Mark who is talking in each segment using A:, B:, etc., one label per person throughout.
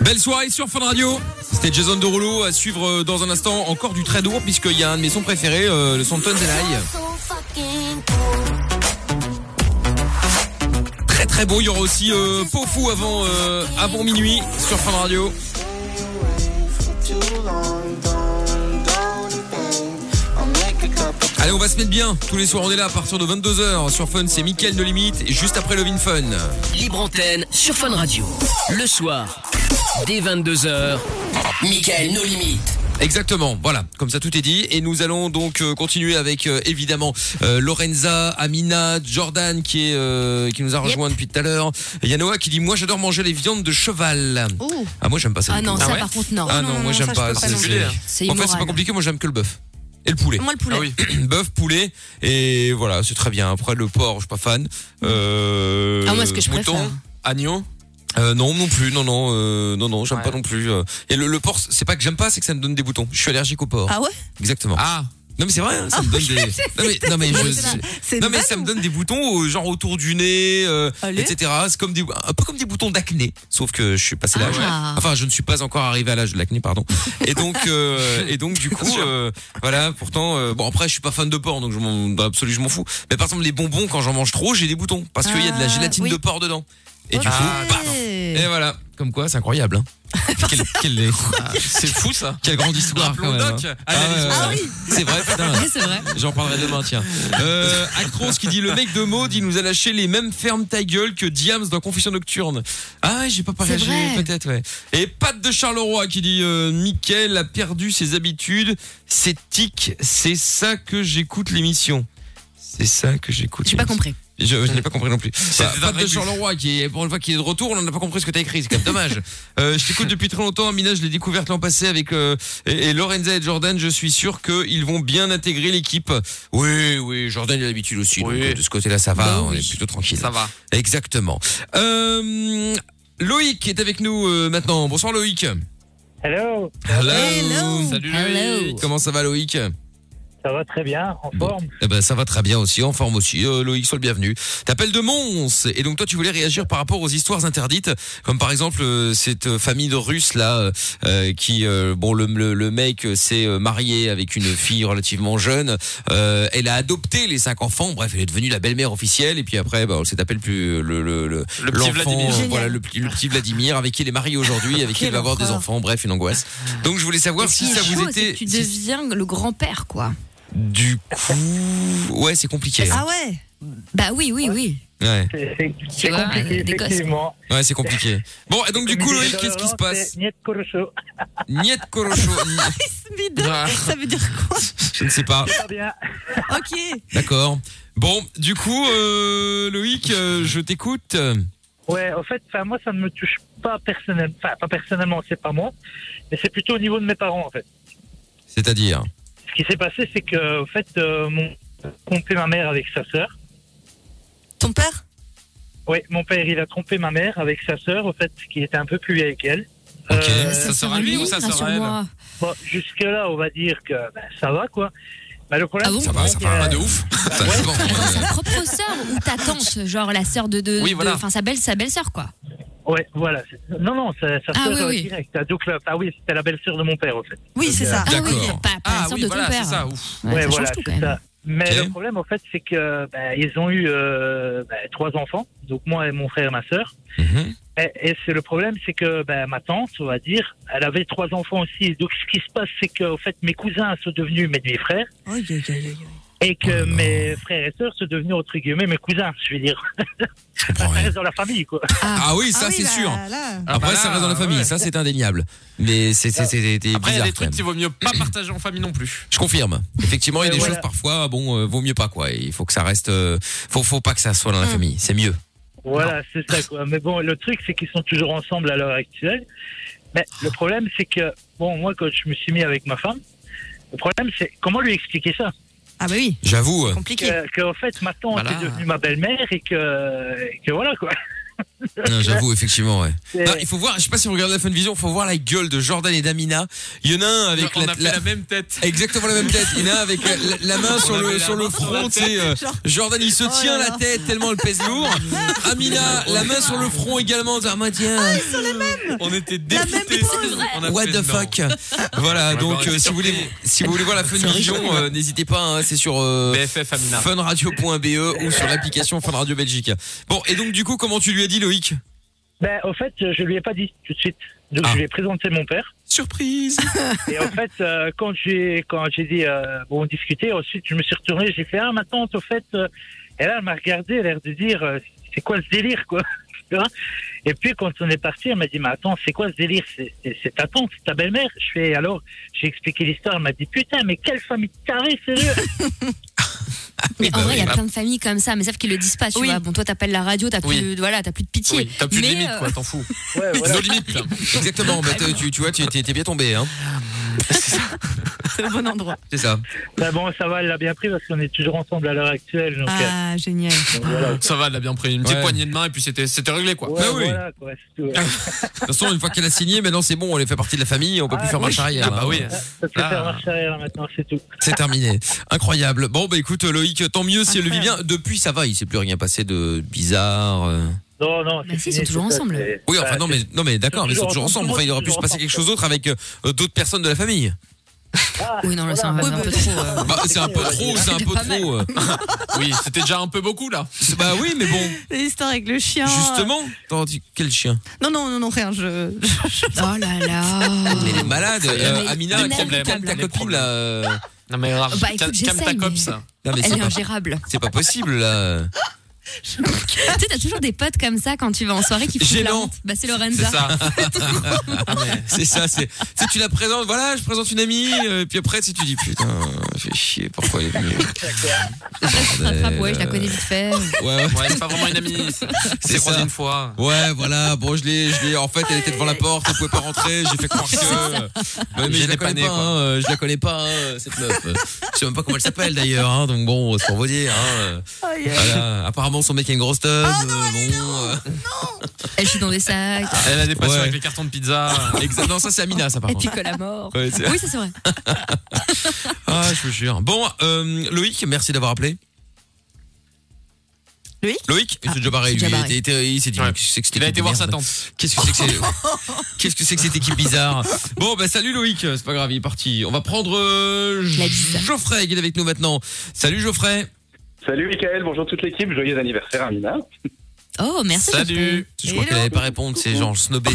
A: Belle soirée sur Fun Radio. C'était Jason Derulo à suivre euh, dans un instant encore du très lourd puisqu'il y a un de mes sons préférés, euh, le son de Tons and I. Très très bon. Il y aura aussi euh, Pofou avant euh, avant minuit sur Fun Radio. Allez, on va se mettre bien. Tous les soirs, on est là à partir de 22h sur Fun. C'est Mickaël de Limite et juste après Lovin Fun.
B: Libre antenne sur Fun Radio. Le soir, dès 22h, Michael nos limites.
A: Exactement, voilà, comme ça tout est dit. Et nous allons donc euh, continuer avec euh, évidemment euh, Lorenza, Amina, Jordan qui est euh, qui nous a rejoint depuis tout à l'heure. Il y a Noah qui dit moi j'adore manger les viandes de cheval.
C: Oh.
A: Ah moi j'aime pas ça.
C: Ah
A: du
C: non,
A: tout.
C: ça
A: ouais
C: par contre, non.
A: Ah non, moi j'aime pas.
C: ça, je peux
A: c'est-
C: non plus.
A: c'est-
C: C'est
A: En fait c'est pas
C: immoral.
A: compliqué, moi j'aime que le bœuf. Et le poulet. Ah
C: Moi, le poulet. Ah
A: bœuf, poulet, et voilà, c'est très bien. Après le porc, je suis pas fan. Euh,
C: Mm. Ah, moi, ce que je
A: mouton,
C: préfère.
A: agneau. Euh, non, non plus, non, non, euh, non, non, j'aime pas non plus. euh. Et le, le porc, c'est pas que j'aime pas, c'est que ça me donne des boutons. Je suis allergique au porc.
C: Ah ouais
A: Exactement. Ah. Non mais c'est vrai, hein, ça me donne des. Non mais, non, mais je-
C: C'est
A: non
C: une
A: mais
C: vanne
A: ça me
C: ou-
A: donne des boutons euh, genre autour du nez, euh,
C: Allez.
A: etc. C'est comme des, un peu comme des boutons d'acné, sauf que je suis passé l'âge.
C: Ah.
A: Enfin, je ne suis pas encore arrivé à l'âge de l'acné, pardon. Et donc, euh, et donc du coup, euh, voilà. Pourtant, euh, bon après, je suis pas fan de porc, donc je m'en, dans l'absolu, je m'en fous. Mais par exemple, les bonbons, quand j'en mange trop, j'ai des boutons parce qu'il y a de la
C: Ah,
A: gélatine
C: oui.
A: de porc dedans. Et
C: Ok. Ah,
A: du coup, paf. Et voilà. Comme quoi, c'est incroyable. Hein. Quel- quel- Ah,
D: C'est fou ça.
A: quelle grande histoire quand même.
D: Blondoc,
A: hein.
D: allez,
A: Ah
D: allez,
A: ouais, ouais, ouais. C'est vrai, putain.
C: Ouais, c'est vrai.
A: J'en parlerai demain, tiens. Euh, Actros qui dit le mec de Maud, il nous a lâché les mêmes fermes ta gueule que Diams dans Confession Nocturne. Ah, ouais, j'ai pas
C: C'est
A: partagé,
C: vrai.
A: peut-être, ouais. Et Pat de Charleroi qui dit euh, Mickaël a perdu ses habitudes, ses tics, c'est ça que j'écoute l'émission. C'est ça que j'écoute.
C: J'ai pas
A: l'émission.
C: compris.
A: Je, je n'ai pas compris non plus. Bah,
D: un
A: Pat
D: vrai
A: de
D: but.
A: Charleroi qui est pour une fois qui est de retour, on n'a pas compris ce que t'as écrit, c'est quand même dommage. Euh, je t'écoute depuis très longtemps, Amina, je l'ai découverte l'an passé avec euh, et, et Lorenza et Jordan, je suis sûr qu'ils vont bien intégrer l'équipe. Oui, oui, Jordan il a l'habitude aussi.
D: Oui.
A: donc, euh, de ce côté-là, ça va,
C: Bah
A: on
C: oui.
A: est plutôt tranquille.
D: Ça va.
A: Exactement. Euh, Loïc est avec nous euh, maintenant. Bonsoir Loïc.
E: Hello,
A: Hello.
D: Salut
C: Hello.
A: Comment ça va Loïc
E: ça va très bien, en
A: Bon.
E: forme.
A: Eh ben, ça va très bien aussi, en forme aussi. Euh, Loïc, sois le bienvenu. T'appelles de Mons. Et donc, toi, tu voulais réagir par rapport aux histoires interdites, comme par exemple euh, cette euh, famille de Russes là, euh, euh, qui, euh, bon, le, le, le mec euh, s'est euh, marié avec une fille relativement jeune. Euh, elle a adopté les cinq enfants. Bref, elle est devenue la belle-mère officielle. Et puis après, bah, on s'est appelé le plus le le le,
D: Le
A: l'enfant,
D: petit Vladimir.
A: euh,
C: Génial.
A: voilà, le, petit- le petit Vladimir, avec qui elle est mariée aujourd'hui, avec qui elle
C: Quelle
A: va avoir des
C: horreur.
A: enfants. Bref, une angoisse. Donc, je voulais savoir
C: Ce qui
A: si
C: est
A: ça vous
C: chaud, c'est
A: était
C: que Tu
A: si-
C: deviens le grand-père, quoi.
A: du coup. Ouais, c'est compliqué. hein.
C: Ah ouais Bah oui, oui, oui.
A: Ouais.
E: C'est c'est-
C: Tu
E: c'est
C: vois,
E: compliqué,
C: des gosses.
E: effectivement.
A: Ouais, c'est compliqué. Bon, et donc du coup,
E: Comme
A: Loïc,
E: disait
A: qu'est-ce qui se
E: Laurent,
A: passe
E: c'est Niet Korosho.
A: Niet Korosho. Ah.
C: Ça veut dire quoi
A: Je ne sais pas.
E: Très bien.
C: Ok.
A: D'accord. Bon, du coup, euh, Loïc, euh, je t'écoute.
E: Ouais, en fait, enfin, moi, ça ne me touche pas personnellement. Enfin, pas personnellement, c'est pas moi, mais c'est plutôt au niveau de mes parents, en fait.
A: C'est-à-dire
E: Ce qui s'est passé, c'est que, en fait, euh, mon trompé ma mère avec sa sœur.
C: Ton père
E: Ouais, mon père, il a trompé ma mère avec sa sœur, en fait, qui était un peu plus vieille qu'elle.
A: Ok.
E: Euh,
D: Ça
C: Ça
D: sera lui ou ça sera elle
E: Bon, jusque-là, on va dire que ben, ça va, quoi. Mais le problème,
C: Ah bon
E: c'est
A: Ça va,
E: que,
A: ça va
E: euh,
A: pas de ouf. Ça,
E: ouais.
A: c'est bon.
C: Sa propre sœur ou ta tante, genre la sœur de. de
D: Oui,
C: de-
D: voilà.
C: Enfin, sa belle, sa belle-sœur, quoi.
E: Ouais, voilà. c'est- Non, non, ça, ça
C: Ah
E: sort,
C: oui,
E: euh,
C: oui.
E: direct. Ah, Donc, là, ah oui, c'était la belle-sœur de mon père, en fait.
F: Oui, c'est ça.
C: Ah oui,
A: D'accord.
C: pas, pas la sœur de ton
D: Ah voilà,
C: père.
D: c'est ça. Ouf.
C: Ouais, ça change tout quand même.
E: c'est ça. Mais
A: Ok.
E: le problème, en fait, c'est que ben, ils ont eu euh, ben, trois enfants, donc moi et mon frère et ma sœur.
A: Mhm.
E: Et, et c'est le problème, c'est que ben, ma tante, on va dire, elle avait trois enfants aussi. Donc, ce qui se passe, c'est que, en fait, mes cousins sont devenus mes demi-frères
F: Aïe, aïe, aïe, aïe.
E: et que
A: Oh non.
E: mes frères et sœurs sont devenus entre guillemets mes cousins. Je veux dire,
A: Je comprends
E: ça
A: rien.
E: reste dans la famille, quoi.
A: Ah oui, ça,
F: Ah oui,
A: c'est
F: là,
A: sûr.
F: là.
D: bah. Ah,
A: Après,
D: bah
A: ça
D: là,
A: reste dans la famille,
D: ouais.
A: ça, c'est indéniable. Mais c'est c'est- c'est- c'est
D: Après, il y a
A: bizarre
D: des
A: quand
D: trucs qu'il
A: même.
D: vaut mieux pas partager en famille non plus.
A: Je confirme. Effectivement, il y a
D: Euh,
E: Et
A: des
E: voilà.
A: choses parfois, bon, euh, vaut mieux pas quoi. Il faut que ça reste, euh, faut, faut pas que ça soit dans la
C: Mm.
A: famille. C'est mieux.
E: Voilà, c'est ça quoi. Mais bon, le truc c'est qu'ils sont toujours ensemble à l'heure actuelle. Mais le problème c'est que bon, moi quand je me suis mis avec ma femme, le problème c'est comment lui expliquer ça
F: Ah bah oui,
A: J'avoue. euh,
F: compliqué.
E: que, que, en fait ma tante
D: Voilà.
E: est devenue ma belle-mère et que et que voilà quoi.
A: Non, J'avoue, effectivement, ouais.
E: C'est-
A: Non, il faut voir, je sais pas si vous regardez la Fun Vision, il faut voir la gueule de Jordan et d'Amina. Il y en a un avec
D: on
A: la,
D: a fait
A: la-
D: la... même tête.
A: Exactement la même tête. Il y en a un avec la, la- la main
D: On
A: sur
D: avait
A: le,
D: la
A: sur le
D: main sur la
A: front. tu
D: tête.
A: sais, euh, Jordan, il se
F: Oh
A: tient
F: là
A: la
F: là.
A: tête tellement elle pèse lourd. Amina, la main sur le front également. en disant, Ah, moi, tiens,
D: On était
F: La même
D: députés.
F: pose.
A: what the fuck. Voilà,
D: Ouais, bah, on
A: donc
D: est
A: euh, si, vous voulez, si vous voulez voir la Fun Vision, euh, n'hésitez pas, hein, c'est sur euh,
D: BFF Amina.
A: funradio.be ou sur l'application Fun Radio Belgique. Bon, et donc du coup, comment tu lui as dit, Loïc
E: Ben, au fait, je lui ai pas dit tout de suite. Donc,
A: Ah.
E: je lui ai présenté mon père.
A: Surprise
E: Et en fait, euh, quand j'ai quand j'ai dit euh, bon, on discutait. Ensuite, je me suis retourné. J'ai fait ah ma tante au fait. euh, et là, elle m'a regardé, elle a l'air de dire euh, c'est quoi ce délire quoi. Tu vois et puis quand on est parti, elle m'a dit mais attends c'est quoi ce délire C'est- C'est c'est ta tante, c'est ta belle-mère. Je fais alors j'ai expliqué l'histoire. Elle m'a dit putain mais quelle famille de tarés sérieux.
A: Oui,
C: Mais
A: bah
C: en vrai, il y a
A: oui.
C: plein de familles comme ça, mais sauf qu'ils le disent pas, tu
F: Oui.
C: vois. Bon, toi, t'appelles la radio, t'as
A: Ah Oui.
C: plus, de- voilà, t'as plus de pitié.
D: Oui, t'as plus de
C: mais,
D: limite,
C: euh,
D: quoi, t'en fous.
E: Ouais, voilà.
A: Nos limites. Exactement. Bah, t'as- tu, tu vois, tu t'es t'es bien tombé. Hein.
F: C'est le bon endroit.
A: C'est ça.
E: Ben, bon ça va, elle l'a bien pris parce qu'on est toujours ensemble à l'heure actuelle. Donc, euh,
F: Ah, génial.
E: donc voilà.
D: Ça va, elle a bien pris une
A: Ouais.
D: petite poignée de main et puis c'était c'était réglé, quoi.
E: Ouais,
A: Bah oui. Ah.
E: voilà, quoi, c'est tout, ouais.
A: De toute façon, une fois qu'elle a signé, maintenant c'est bon, elle fait partie de la famille, on peut plus
E: Ah,
A: faire
E: oui.
A: marche arrière.
D: Ah bah
A: hein.
D: oui.
E: Ça se fait
D: Ah.
E: faire marche arrière maintenant, c'est tout.
A: C'est terminé. Incroyable. Bon, bah écoute, Loïc, tant mieux si elle le vit bien. Depuis, ça va, il s'est plus rien passé de bizarre. euh.
E: Non, non,
C: Bah si, ils
E: fini,
C: sont toujours
E: c'est ça,
C: ensemble.
E: c'est-
A: Oui,
E: bah,
A: enfin, non, mais, non, mais d'accord, mais ils sont toujours ensemble. Enfin, il aurait pu se passer quelque chose d'autre avec euh, d'autres personnes de la famille.
E: Ah,
C: Oui, non, là, c'est un,
F: Oui,
C: un
F: bah-
C: peu trop. euh,
A: Bah, c'est un peu trop, c'est un peu
C: Pas mal.
A: trop. euh.
D: Oui, c'était déjà un peu beaucoup, là.
A: C'est- Bah oui, mais bon,
F: L'histoire avec le chien.
A: justement. Attends, tu- quel chien
F: Non, non, non, non, rien. Je. je-
C: Oh là là.
A: Mais elle est malade. euh, Amina,
C: Les
A: calme
D: problèmes.
A: calme ta
D: Les
A: copine
D: problèmes.
A: là. euh.
D: Non, mais grave.
C: Bah, écoute,
D: Calme-
C: j'essaye,
D: calme ta
C: mais-
D: cop, ça.
A: Non, mais
C: Elle
A: c'est
C: est
A: pas,
C: ingérable.
A: c'est pas possible là.
C: tu sais, t'as toujours des potes comme ça quand tu vas en soirée qui font de la
A: Gênant.
C: honte. Bah, c'est
D: C'est
C: Lorenza.
D: ça.
A: Ah, C'est ça, c'est. Tu sais, tu la présentes, voilà, je présente une amie, euh, puis après, tu sais, tu dis, putain, fais chier, pourquoi elle est venue
C: Je rattrape, ouais, je la
A: Bordel.
C: connais vite fait.
A: Ouais, ouais.
D: Ouais, c'est pas vraiment une amie.
A: ça.
D: C'est croisé une fois.
A: Ouais, voilà, bon, je l'ai, je l'ai, en fait, elle était devant la porte, elle pouvait pas rentrer, j'ai fait croire que. Ouais, mais
D: J'ai
A: je la connais
D: dépanné,
A: pas,
D: quoi.
A: hein, euh, je la connais pas, hein, cette meuf. Euh, Je sais même pas comment elle s'appelle d'ailleurs, hein, donc bon, c'est pour vous dire, hein. euh,
C: Oh,
F: Aïe, aïe.
A: Voilà, apparemment, son mec a une grosse teub, euh, bon. euh,
C: Elle joue dans des sacs.
A: Ah.
D: Elle a des passions
A: Ouais.
D: avec les cartons de pizza.
A: exa- Non, ça, c'est Amina, ça, par
C: Elle
A: contre.
C: picole à mort.
A: Ouais, c'est-
C: Oui, ça c'est vrai.
A: Ah, je vous jure. Bon, euh, Loïc, merci d'avoir appelé.
F: Loïc
A: Loïc, il s'est déjà barré.
C: Ah, il s'est
A: Lui,
C: déjà
A: il
C: barré.
A: était- il s'est dit,
D: Ouais.
A: mais qu'est-ce que c'est que cette
D: Il a
A: équipe
D: été
A: de
D: voir sa
A: merde
D: tante.
A: Qu'est-ce que c'est que c'est Qu'est-ce que c'est que cette équipe bizarre Bon, bah salut Loïc, c'est pas grave, il est parti. On va prendre euh,
C: La bise.
A: Geoffrey qui est avec nous maintenant. Salut Geoffrey.
G: Salut Michael, bonjour toute l'équipe, joyeux anniversaire Amina.
C: Oh, merci.
D: Salut.
A: Je crois
F: Hello.
A: qu'elle allait pas répondre, c'est genre snobé.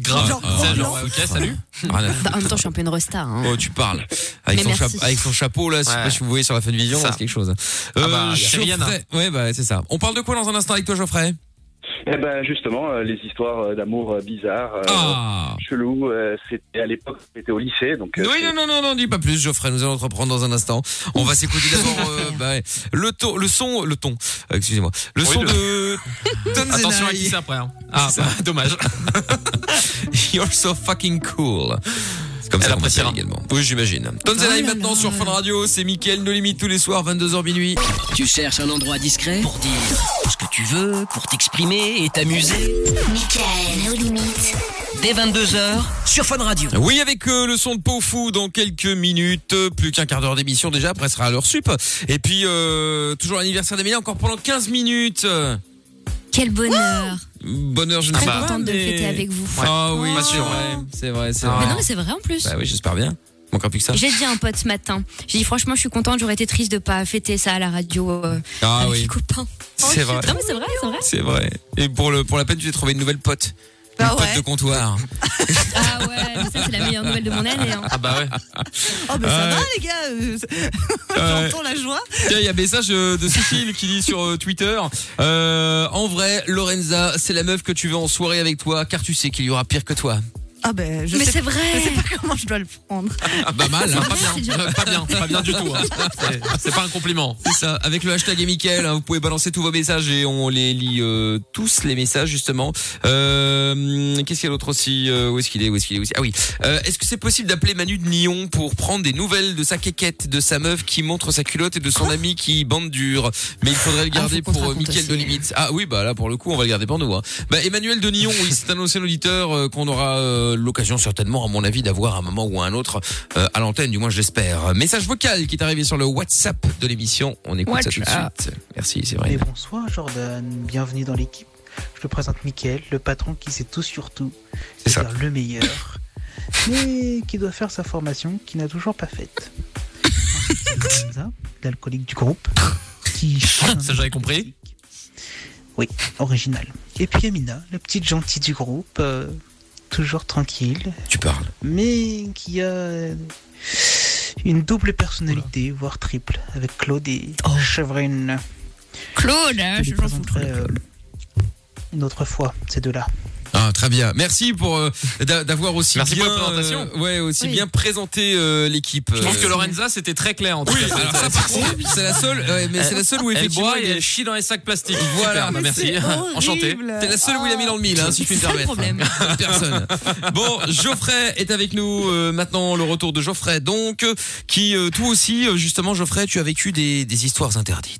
D: Grave.
F: Genre,
A: Ah,
D: C'est
A: ah,
D: genre, ok,
A: Rien à
D: salut.
C: Geoffrey.
A: foutre.
C: Bah, en même temps, je suis un peu une resta. hein.
A: Ah, Oh, tu parles. Avec,
C: Mais
A: son,
C: merci.
A: chapeau- avec son chapeau, là, je sais
D: Ouais.
A: pas si vous voyez sur la fin de vision,
D: Ça.
A: c'est quelque chose.
D: Ah bah, c'est Rihanna.
A: Geoffrey- Ouais, bah, c'est ça. On parle de quoi dans un instant avec toi, Geoffrey
G: Eh ben justement, euh, les histoires euh, d'amour euh, bizarres, euh,
A: Ah
G: chelou, euh, c'était à l'époque, j'étais au lycée, donc... euh,
A: Oui,
G: c'est-
A: non, non, non, non, dis pas plus, Geoffrey. Nous allons te reprendre dans un instant. On va s'écouter d'abord euh, bah ouais, le ton, le son, le ton. euh, Excusez-moi, le
D: Oui,
A: son
D: le-
A: de Tonzenai.
D: Attention à qui c'est après. hein. Ah,
A: C'est ça.
D: bah, dommage.
A: You're so fucking cool. C'est Comme
D: Elle
A: ça, on
D: appréciera.
A: m'appelle également. Oui, j'imagine. Tonzenai
C: Oh là
A: maintenant
C: là.
A: sur Fun Radio. C'est Mickaël, No Limite tous les soirs, 22h minuit.
B: Tu cherches un endroit discret pour dire ce que tu veux, pour t'exprimer et t'amuser.
H: Michael, nos limites.
B: Dès 22h sur Fun Radio.
A: Oui, avec euh, le son de Pau Fou dans quelques minutes. Euh, Plus qu'un quart d'heure d'émission déjà, après ce sera à l'heure sup. Et puis, euh, toujours l'anniversaire d'Amélie, encore pendant 15 minutes. Euh,
C: Quel bonheur.
A: Bonheur, je ne
C: Très
A: sais pas.
C: contente de le fêter avec vous.
A: Ah oui,
D: Ouais. Pas sûr,
A: ouais. c'est vrai, c'est
D: Ah.
A: vrai.
C: Mais non, mais c'est vrai en plus.
A: Bah oui, j'espère bien. Encore plus que ça.
C: J'ai dit à un pote ce matin, j'ai dit franchement, je suis contente, j'aurais été triste de pas fêter ça à la radio euh,
A: Ah
C: avec les
A: oui,
C: copains.
A: c'est vrai.
C: Non, mais c'est vrai, c'est vrai.
A: C'est vrai. Et pour, le, pour la peine, tu t'es trouvé une nouvelle pote.
F: Bah
A: une
F: ouais.
A: pote de comptoir.
C: Ah ouais, mais ça c'est la meilleure nouvelle de mon année. hein.
D: Ah, bah ouais.
F: Oh, mais ça
A: Ouais.
F: va, les gars. euh,
A: Ouais.
F: J'entends la joie.
A: Tiens, il y a un message euh, de Cécile qui dit sur euh, Twitter euh, En vrai, Lorenza, c'est la meuf que tu veux en soirée avec toi, car tu sais qu'il y aura pire que toi.
F: Ah ben, je
C: Mais
F: sais,
C: c'est
F: je sais
C: vrai.
F: pas comment je dois le prendre.
A: Ah, pas mal, hein.
D: Bah, Pas bien, euh, pas bien, pas bien du tout. hein. C'est- C'est pas un compliment.
A: C'est ça, avec le hashtag et Mickaël, hein, vous pouvez balancer tous vos messages et on les lit euh, tous les messages justement. Euh, Qu'est-ce qu'il y a d'autre aussi Euh, Où est-ce qu'il est Où est-ce qu'il est, Où est-ce qu'il est Ah oui. Euh, est-ce que c'est possible d'appeler Manu de Nyon pour prendre des nouvelles de sa quéquette, de sa meuf qui montre sa culotte et de son ami qui bande dur Mais il faudrait le
C: Ah,
A: garder
C: faut qu'on te
A: pour euh,
C: raconte
A: Mickaël
C: aussi.
A: de Limite. Ah oui, bah là pour le coup on va le garder pour nous. Hein. Bah, Emmanuel de Nyon, oui, c'est un ancien auditeur euh, qu'on aura euh, l'occasion certainement à mon avis d'avoir à un moment ou à un autre euh, à l'antenne, du moins je l'espère. Message vocal qui est arrivé sur le WhatsApp de l'émission. On écoute ça
C: WhatsApp.
A: tout de suite. Merci, c'est
I: Et
A: vrai.
I: bonsoir Jordan, bienvenue dans l'équipe. Je te présente Mickaël, le patron qui sait tout sur tout,
A: C'est ça.
I: c'est-à-dire le meilleur, mais qui doit faire sa formation qu'il n'a toujours pas faite. Ensuite, il y a Hamza, L'alcoolique du groupe, qui
A: Ah,
I: chante un
D: Ça, j'avais compris.
I: Oui, original. Et puis Amina, la petite gentille du groupe, euh, toujours tranquille,
A: Tu parles.
I: mais qui a une double personnalité, voire triple, avec Claude et
A: Oh.
I: Chevrine.
C: Claude, hein,
I: Je
C: je
I: les
C: m'en fous.
I: présenterai euh, une autre fois, ces deux-là.
A: Ah, très bien. Merci pour euh, d'a- d'avoir aussi
D: Merci
A: bien
D: pour la présentation.
A: euh, ouais, aussi
F: Oui.
A: bien présenté euh, l'équipe.
D: Je trouve
A: euh,
D: que Lorenza, c'était très clair en tout
A: Oui,
D: cas.
A: alors ça, par contre, c'est la seule ouais, mais c'est la seule où
D: Elle
A: effectivement
D: boit
A: il
D: et
A: y a-
D: elle chie dans les sacs plastiques.
A: Voilà.
D: Super, bah, merci. Enchanté.
A: T'es la seule où
F: Oh.
A: il a mis dans le mille, hein, si je puis me
C: C'est ça le
A: permettre.
C: problème.
A: Personne. Bon, Geoffrey est avec nous euh, maintenant. Le retour de Geoffrey, donc, euh, qui euh, toi aussi, euh, justement, Geoffrey, tu as vécu des, des histoires interdites.